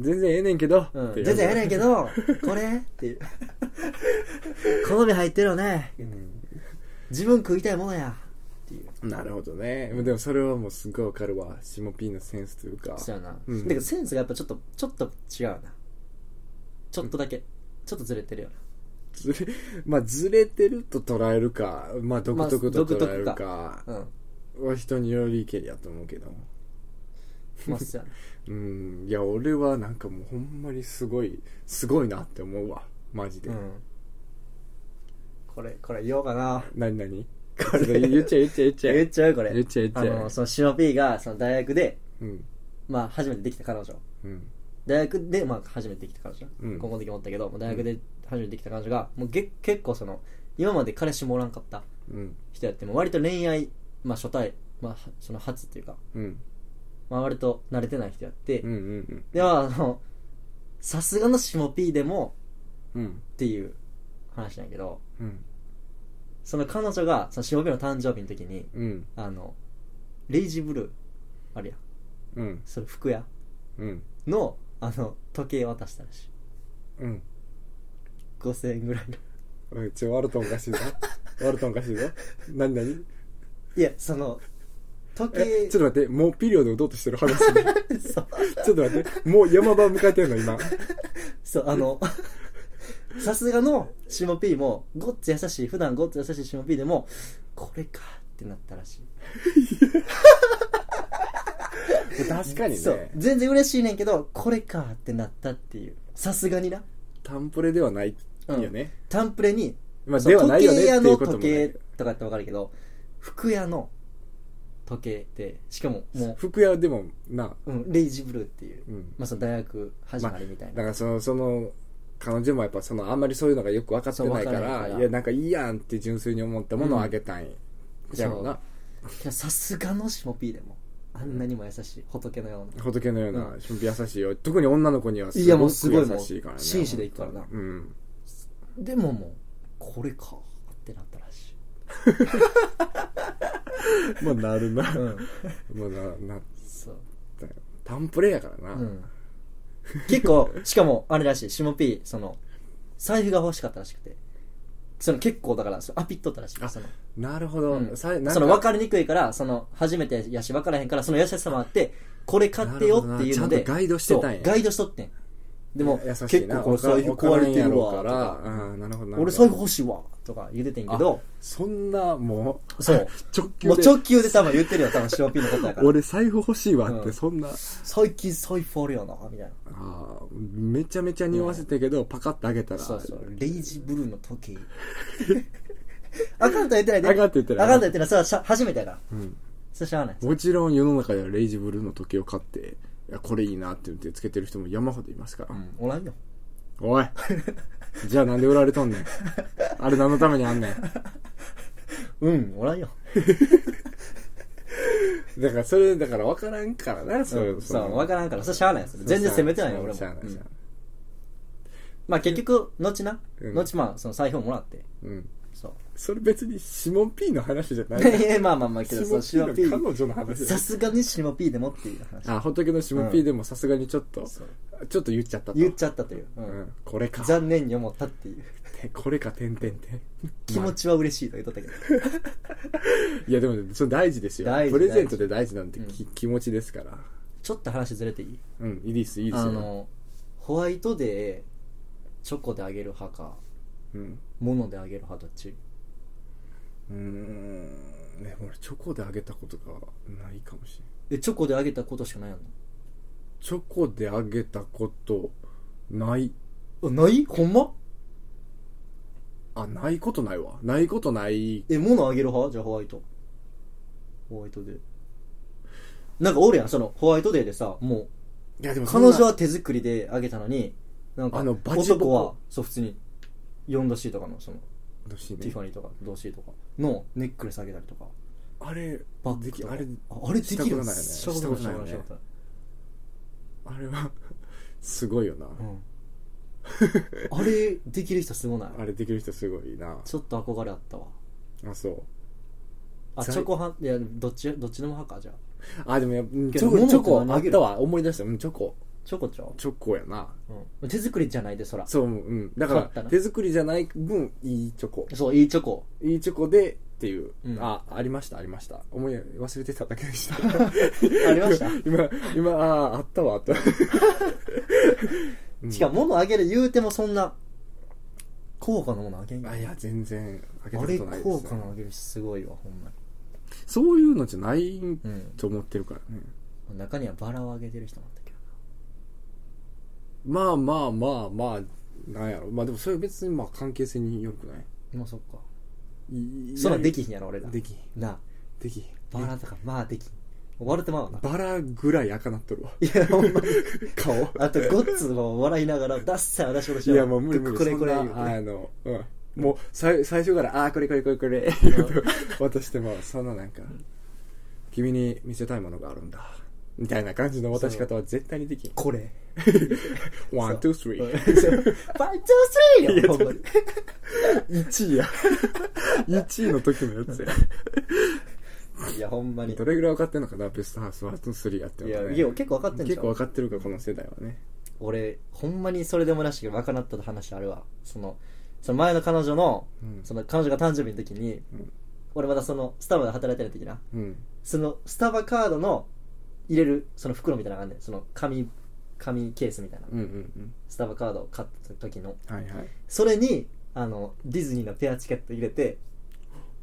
Speaker 1: 全然ええねんけど、
Speaker 2: うん
Speaker 1: っていう
Speaker 2: 全然ええねん
Speaker 1: [laughs]
Speaker 2: けどこれっていう好み入ってるよね
Speaker 1: うん
Speaker 2: 自分食いたいものやっていう
Speaker 1: なるほどね。でもそれはもうすっごいわかるわ。シモピーのセンスというか。
Speaker 2: そうやな、
Speaker 1: うん
Speaker 2: だけどセンスがやっぱちょっとちょっと違うなちょっとだけ、ちょっとずれてるよ
Speaker 1: ずれ、まあずれてると捉えるか、まあ独特と捉える
Speaker 2: まあ独特
Speaker 1: か、
Speaker 2: なうん
Speaker 1: は人によりけりやと思うけど。
Speaker 2: まあそうやな
Speaker 1: うん。いや、俺はなんかもうほんまにすごい、すごいなって思うわ。マジで。
Speaker 2: うんこれこれ言おうかな
Speaker 1: なになにこれ言っちゃえ言っちゃえ言っちゃ
Speaker 2: 言っ
Speaker 1: え。
Speaker 2: ちゃうこれ
Speaker 1: 言っちゃえ言っちゃ
Speaker 2: あ
Speaker 1: え
Speaker 2: のそのシノピーがその大学で
Speaker 1: うん。
Speaker 2: まあ初めてできた彼女
Speaker 1: うん。
Speaker 2: 大学で、まあ、初めてできた彼女、
Speaker 1: うん
Speaker 2: 高校の時思ったけどもう大学で初めてできた彼女がもうげ結構その今まで彼氏もおらんかった
Speaker 1: うん。
Speaker 2: 人やっても割と恋愛、まあ、初対、まあ、はその初っていうか、
Speaker 1: うん。
Speaker 2: まあ、割と慣れてない人やって、
Speaker 1: うん。うん。
Speaker 2: ではあのさすがの下 P でも
Speaker 1: うん。
Speaker 2: っていう話なんやけど
Speaker 1: うん。
Speaker 2: その彼女がその下 P の誕生日の時に
Speaker 1: うん。
Speaker 2: あのレイジブルーあるやん
Speaker 1: うん。
Speaker 2: その服屋
Speaker 1: うん。
Speaker 2: のあの時計渡したらしい
Speaker 1: うん。
Speaker 2: 5000円ぐらいの
Speaker 1: うん、ちょ、ワルトンおかしいぞ。ワルトンおかしいぞ。なになに
Speaker 2: いやその時
Speaker 1: え
Speaker 2: 計、
Speaker 1: ちょっと待って、もうピリオド打とうとしてる話。ちょっ
Speaker 2: [laughs] そう
Speaker 1: と待って、もう山場迎えてんの、今。
Speaker 2: そうあのさすがの下 P もごっつ優しい普段ごっつ優しい下 P でもこれかってなったらしい
Speaker 1: 確かに
Speaker 2: そう
Speaker 1: ね、
Speaker 2: 全然嬉しいねんけどこれかってなったっていうさすがにな
Speaker 1: タンプレではないよね。
Speaker 2: タンプレに、
Speaker 1: まあ、
Speaker 2: そ
Speaker 1: で
Speaker 2: の
Speaker 1: はないよねっていうことも
Speaker 2: 時計屋の
Speaker 1: ね
Speaker 2: 時計。とかってわかるけど服屋の時計ってしかもも
Speaker 1: 服屋でも、な、
Speaker 2: う、うん、レイジブルーっていう、
Speaker 1: うん。
Speaker 2: まあ、その大学始まりみたい
Speaker 1: だ
Speaker 2: な、
Speaker 1: からその、その、彼女もやっぱその、あんまりそういうのがよく分かってないか、
Speaker 2: そう分かららんから
Speaker 1: いや、なんかいいやんって純粋に思ったものをあげたい。じゃろうな。
Speaker 2: いやさすがの下 P でもあんなにも優しい仏のような
Speaker 1: 仏のよう
Speaker 2: う
Speaker 1: な、優しいよ。特に女の子にはす
Speaker 2: いやも
Speaker 1: ご
Speaker 2: うすごい
Speaker 1: く
Speaker 2: もう
Speaker 1: 優しいからね。
Speaker 2: 紳士でいくからな
Speaker 1: うん。
Speaker 2: でももうこれかってなったらしい
Speaker 1: まあ、なるな。
Speaker 2: ん
Speaker 1: もうな、な
Speaker 2: そう、
Speaker 1: ったよタンプレやからな。
Speaker 2: うん、結構しかもあれらしい下 P その財布が欲しかったらしくてその結構だからそのアピっとったらしい
Speaker 1: あ
Speaker 2: その
Speaker 1: なるほど。
Speaker 2: うん
Speaker 1: さなんか
Speaker 2: その分かりにくいからその初めてやし分からへんからその優しさもあってこれ買ってよっていう
Speaker 1: な
Speaker 2: の
Speaker 1: るほど
Speaker 2: で
Speaker 1: なちゃんとガイドしてたんや
Speaker 2: そうガイドしとってんでも
Speaker 1: 優しいな
Speaker 2: 結構この財布壊れてるわ
Speaker 1: わ
Speaker 2: と
Speaker 1: からんやろうか
Speaker 2: か
Speaker 1: ら。うん、なるほどなるほど。
Speaker 2: 俺財布欲しいわとか言うててんけど
Speaker 1: そんな、もう、
Speaker 2: そう
Speaker 1: [laughs] 直球で。
Speaker 2: もう直球で多分言ってるよ多分シロピーのことやから
Speaker 1: 俺財布欲しいわって、
Speaker 2: うん
Speaker 1: そんな、
Speaker 2: 最近財布あるよなみたいな
Speaker 1: あーめちゃめちゃ匂わせたけど、パカッとあげたら、
Speaker 2: そうそうレイジブルーの時計 [laughs] あかんとは言ってないで
Speaker 1: あかんと言ってない
Speaker 2: あかんと言ってないそれはしゃ初めてやから
Speaker 1: うん
Speaker 2: それしゃあない
Speaker 1: もちろん世の中ではレイジブルーの時計を買って、いや、これいいなって言ってつけてる人も山ほどいますから。
Speaker 2: うんおらんよ
Speaker 1: お
Speaker 2: [laughs]
Speaker 1: いじゃあなんで売られとんねん。あれ何のためにあんねん。
Speaker 2: [laughs] うんおらんよ
Speaker 1: だからそれ、だから分からんからな、そ
Speaker 2: うんそう分からんからそれしゃあないです
Speaker 1: そう
Speaker 2: 全然責めてないよ俺も
Speaker 1: しゃあな
Speaker 2: う
Speaker 1: いしゃ
Speaker 2: ん
Speaker 1: あ
Speaker 2: まあ結局後な
Speaker 1: うん
Speaker 2: 後まあその財布をもらって
Speaker 1: ないうん
Speaker 2: そう
Speaker 1: それ別にシモン P の話じゃない
Speaker 2: [laughs] い
Speaker 1: シ
Speaker 2: やまあまあまあけど、そ
Speaker 1: モ
Speaker 2: う、シモ
Speaker 1: ン
Speaker 2: P
Speaker 1: P の。彼女の話だ
Speaker 2: さすがにシモ P でもっていう話。
Speaker 1: あ仏のシモン P でもさすがにちょっと、
Speaker 2: そう
Speaker 1: ちょっと言っちゃったと
Speaker 2: 言っちゃったという。うん
Speaker 1: うん、これか
Speaker 2: 残念に思ったっていう。
Speaker 1: てこれかてんてんてん
Speaker 2: 気持ちは嬉しいと言っとっ
Speaker 1: [laughs]
Speaker 2: たけど。
Speaker 1: いやでもそれ大事ですよ
Speaker 2: 大事
Speaker 1: プレゼントで大事なんて
Speaker 2: 大事
Speaker 1: き、気持ちですから
Speaker 2: ちょっと話ずれていい
Speaker 1: うんいいですいいです
Speaker 2: あ
Speaker 1: よ、
Speaker 2: の、ホワイトでチョコであげる派か、
Speaker 1: うん
Speaker 2: モノであげる派どっち
Speaker 1: うーんね俺チョコであげたことがないかもしれない
Speaker 2: え、チョコであげたことしかないやん
Speaker 1: チョコであげたことない
Speaker 2: の。あ、ないほんま
Speaker 1: あないことないわないことない
Speaker 2: え、モノあげる派じゃあホワイト。ホワイトデー。なんかおるやん、その、ホワイトデーでさ、もう、
Speaker 1: いやでもそん
Speaker 2: 彼
Speaker 1: な
Speaker 2: 女は手作りであげたのに、なんか、
Speaker 1: あのバチボコ
Speaker 2: 男は、そう、普通に、4°C とかの、その、
Speaker 1: 欲しいね
Speaker 2: ティファニーとか、ドーシーとかのネックレスあげたりとか、
Speaker 1: あれ
Speaker 2: バッグ
Speaker 1: でき
Speaker 2: とか。
Speaker 1: あれ
Speaker 2: ああれでき
Speaker 1: したこと
Speaker 2: る
Speaker 1: ないよね
Speaker 2: したことない、
Speaker 1: したことない
Speaker 2: したこと
Speaker 1: あれはすごいよな、
Speaker 2: ないうん。あれ、できる人すごない。
Speaker 1: あれできる人すごいな
Speaker 2: ちょっと憧れあったわ。
Speaker 1: あそう
Speaker 2: あ、
Speaker 1: 在
Speaker 2: チョコ派、いや、どっち、どっちでも派か、じゃあ。
Speaker 1: あでもやっぱうん
Speaker 2: け
Speaker 1: チ
Speaker 2: ど
Speaker 1: ョコチョコ
Speaker 2: 物って何
Speaker 1: あ
Speaker 2: あ
Speaker 1: っ
Speaker 2: げる
Speaker 1: たわ思い出したうんチョコ
Speaker 2: チョコちゃう
Speaker 1: チョコやな
Speaker 2: うん。手作りじゃないで、そら。
Speaker 1: そううんだ
Speaker 2: 買っ
Speaker 1: か
Speaker 2: た
Speaker 1: ら
Speaker 2: な
Speaker 1: 手作りじゃない分いいチョコ
Speaker 2: そう、いいチョコ。
Speaker 1: いいチョコでっていう、
Speaker 2: うん
Speaker 1: あありましたありました思い忘れてただけでした
Speaker 2: [laughs] ありました
Speaker 1: [laughs] 今今あーあったわあったわ [laughs] うん
Speaker 2: しかも、物あげる言うてもそんな、高価なものあげんよ。
Speaker 1: あいや全然あげた
Speaker 2: あ
Speaker 1: こと
Speaker 2: れ
Speaker 1: ないで
Speaker 2: 効
Speaker 1: す、
Speaker 2: 果の上げるしすごいわほんま
Speaker 1: そういうのじゃない
Speaker 2: にうん
Speaker 1: と思ってるからね
Speaker 2: 中にはバラをあげてる人もあったけど
Speaker 1: まあまあまあまあなんやろまあでもそれ別にまあ関係性によくない
Speaker 2: まあそっか
Speaker 1: い
Speaker 2: そらで
Speaker 1: い
Speaker 2: きひんやろ俺ら
Speaker 1: やできん
Speaker 2: なあ
Speaker 1: できん
Speaker 2: バラとかまあできん笑ってまうわな
Speaker 1: バラぐらい赤なっとるわ
Speaker 2: いやほんまに
Speaker 1: 顔
Speaker 2: [laughs] あとゴッツも笑いながらダッサい話しろし
Speaker 1: い
Speaker 2: よ
Speaker 1: やもう無理無理
Speaker 2: これこれ
Speaker 1: そ
Speaker 2: 言
Speaker 1: ん
Speaker 2: う
Speaker 1: な
Speaker 2: て
Speaker 1: あの、うん、もうさい最初から「ああーこれこれこれこれ」言うと [laughs] 渡してもそんななんか「君に見せたいものがあるんだ」みたいな感じの渡し方は絶対にできん
Speaker 2: これ
Speaker 1: ワンツースリー
Speaker 2: [laughs] バイトスリーよほんまに
Speaker 1: 1位や1位の時のやつや
Speaker 2: [laughs] いやほんまに
Speaker 1: どれぐらい分かってんのかなベストハウスワンツースリーやって
Speaker 2: い
Speaker 1: るの
Speaker 2: や
Speaker 1: がね
Speaker 2: いや結構分かってんじ
Speaker 1: 結
Speaker 2: ゃ
Speaker 1: 構分
Speaker 2: ん
Speaker 1: かってるかこの世代はね
Speaker 2: 俺ほんまにそれでもらしく分からなった話あるわそのその前の彼女の
Speaker 1: うん
Speaker 2: その彼女が誕生日の時に
Speaker 1: うん
Speaker 2: 俺まだそのスタバで働いてる時な
Speaker 1: うん
Speaker 2: そのスタバカードの入れるその袋みたいなのがあんねんその紙紙ケースみたいな
Speaker 1: うんうん
Speaker 2: スタバカードを買った時の
Speaker 1: うんはいはい
Speaker 2: それにあのディズニーのペアチケット入れて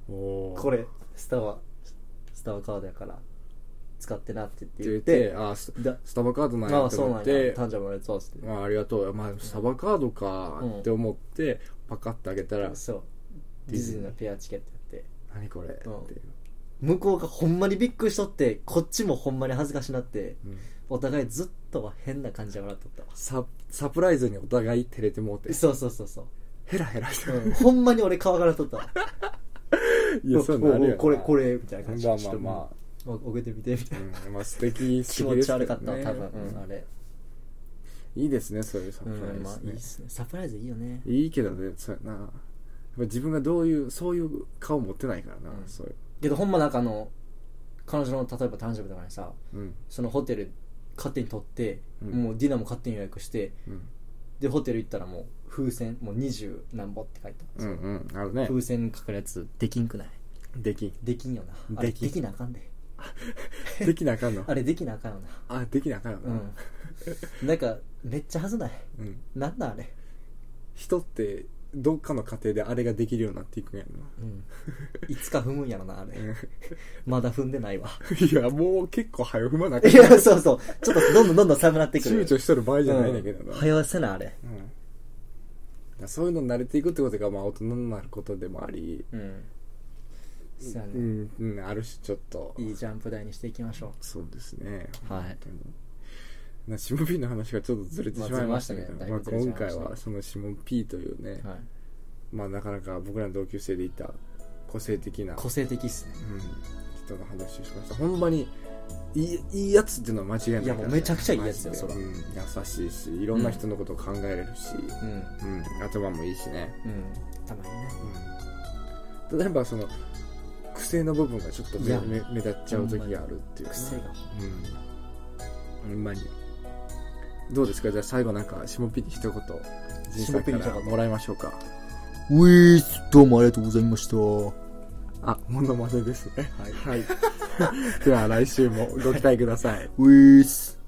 Speaker 1: お
Speaker 2: こ
Speaker 1: れ
Speaker 2: れスタバスタバカードやから使ってなって
Speaker 1: って言
Speaker 2: 言
Speaker 1: っ
Speaker 2: ってて
Speaker 1: あース
Speaker 2: だ
Speaker 1: スタバカードなん
Speaker 2: あ
Speaker 1: や
Speaker 2: あ
Speaker 1: と
Speaker 2: そう
Speaker 1: 思
Speaker 2: なん
Speaker 1: っ
Speaker 2: や
Speaker 1: て
Speaker 2: 誕生日おめでとうっつって
Speaker 1: まあ、ありがとう、まあ、スタバカードかって思って、パカッてあげたら、
Speaker 2: そうデ
Speaker 1: デ
Speaker 2: ィ
Speaker 1: ィ
Speaker 2: ズ
Speaker 1: ズ
Speaker 2: ニ
Speaker 1: ニー
Speaker 2: ーのペアチケットやって
Speaker 1: 何これっていう
Speaker 2: うん向こうがほんまにびっくりしとってこっちもほんまに恥ずかしなって
Speaker 1: うん
Speaker 2: お互いずっとは変な感じで笑っとったわ
Speaker 1: ササプライズにお互い照れてもうて、
Speaker 2: そうそうそうそう
Speaker 1: ヘラヘラして、
Speaker 2: うんほんまに俺顔がらとったわ
Speaker 1: [laughs] いや、そういうのあるよ
Speaker 2: お
Speaker 1: な
Speaker 2: おこれこれみたいな感じ
Speaker 1: まあまあま
Speaker 2: あ送ってみてみた
Speaker 1: あ
Speaker 2: い、な
Speaker 1: うん、まあ素敵、素
Speaker 2: [laughs] 気
Speaker 1: 敵
Speaker 2: 持
Speaker 1: で
Speaker 2: ち
Speaker 1: すけ
Speaker 2: 悪
Speaker 1: ど
Speaker 2: かったわ
Speaker 1: ね
Speaker 2: 多分、うんあれ、
Speaker 1: いいですね、そういうサプ
Speaker 2: う
Speaker 1: ライズ、ね
Speaker 2: ん、まあいいっすねサプライズいいよね
Speaker 1: いいけどね、そうやな。やっぱ自分がどういう、そういう顔持ってないからな、
Speaker 2: うん
Speaker 1: そういう。
Speaker 2: けどほんまなんかあの彼女の例えば誕生日とかにさ
Speaker 1: うん。
Speaker 2: そのホテル勝手に取って、
Speaker 1: うん
Speaker 2: もうディナーも勝手に予約して
Speaker 1: うん。
Speaker 2: でホテル行ったらもう風船もう二十何本って書いてあ
Speaker 1: う
Speaker 2: る、
Speaker 1: んうん。あるね。
Speaker 2: 風船かかるやつできんくない
Speaker 1: できん。
Speaker 2: できんよなあれ
Speaker 1: できん
Speaker 2: できなあかんで
Speaker 1: できなあかんの
Speaker 2: あ。れできなあかんよな
Speaker 1: あ、できなあかんの
Speaker 2: う。
Speaker 1: [laughs]
Speaker 2: ん、なんかめっちゃはずない
Speaker 1: うん。
Speaker 2: なんだあれ
Speaker 1: 人って、どっかの家庭であれができるようになっていくんやろな。
Speaker 2: うん、いつか踏むんやろなあれまだ踏んでないわ [laughs]
Speaker 1: いや、もう結構早踏まなき
Speaker 2: い
Speaker 1: ゃ。
Speaker 2: やそうそうちょっとどんどんどんどん寒なってく
Speaker 1: 躊
Speaker 2: る
Speaker 1: 躇しとる場合じゃないねんだけど
Speaker 2: うん
Speaker 1: な。
Speaker 2: 早わせなあれ
Speaker 1: うんだからそういうのに慣れていくってことが、まあ大人になることでもあり、
Speaker 2: うんそうやね、
Speaker 1: うん、うん、あるしちょっと。
Speaker 2: いいジャンプ台にしていきましょ
Speaker 1: そうですね。
Speaker 2: うはい
Speaker 1: 本当になシモピーの話がちょっとずれてしまいましたけど、
Speaker 2: まあずれ
Speaker 1: まあ
Speaker 2: ましたねだいぶずれ
Speaker 1: 今
Speaker 2: ちゃいまし
Speaker 1: 回
Speaker 2: た
Speaker 1: はそのシモピーというね、
Speaker 2: はい、
Speaker 1: まあなかなか僕らの同級生でいた個性的な、
Speaker 2: 個性的っすね
Speaker 1: うん、人の話をしました。ほんまに、いいいいやつっていうのは間違いない
Speaker 2: いやもうめちゃくちゃいいやつよ
Speaker 1: マジで
Speaker 2: そら
Speaker 1: うん優しいしいろんな人のことを考えれるし、
Speaker 2: うん
Speaker 1: うん、頭もいいしね、
Speaker 2: うん頭いいね
Speaker 1: うん、例えばその癖の部分がちょっと
Speaker 2: い
Speaker 1: 目
Speaker 2: や
Speaker 1: 目目立っちゃう時があるっていうか
Speaker 2: 癖が
Speaker 1: うんほんまにどうですかじゃあ最後なんか下ピに一言人生
Speaker 2: 下
Speaker 1: か
Speaker 2: ピに一
Speaker 1: ら
Speaker 2: 言
Speaker 1: もらいましょうか
Speaker 2: うえーどうもありがとうございました
Speaker 1: あモ [laughs] ノマネですねはい、はい、では来週もご期待ください
Speaker 2: ウィース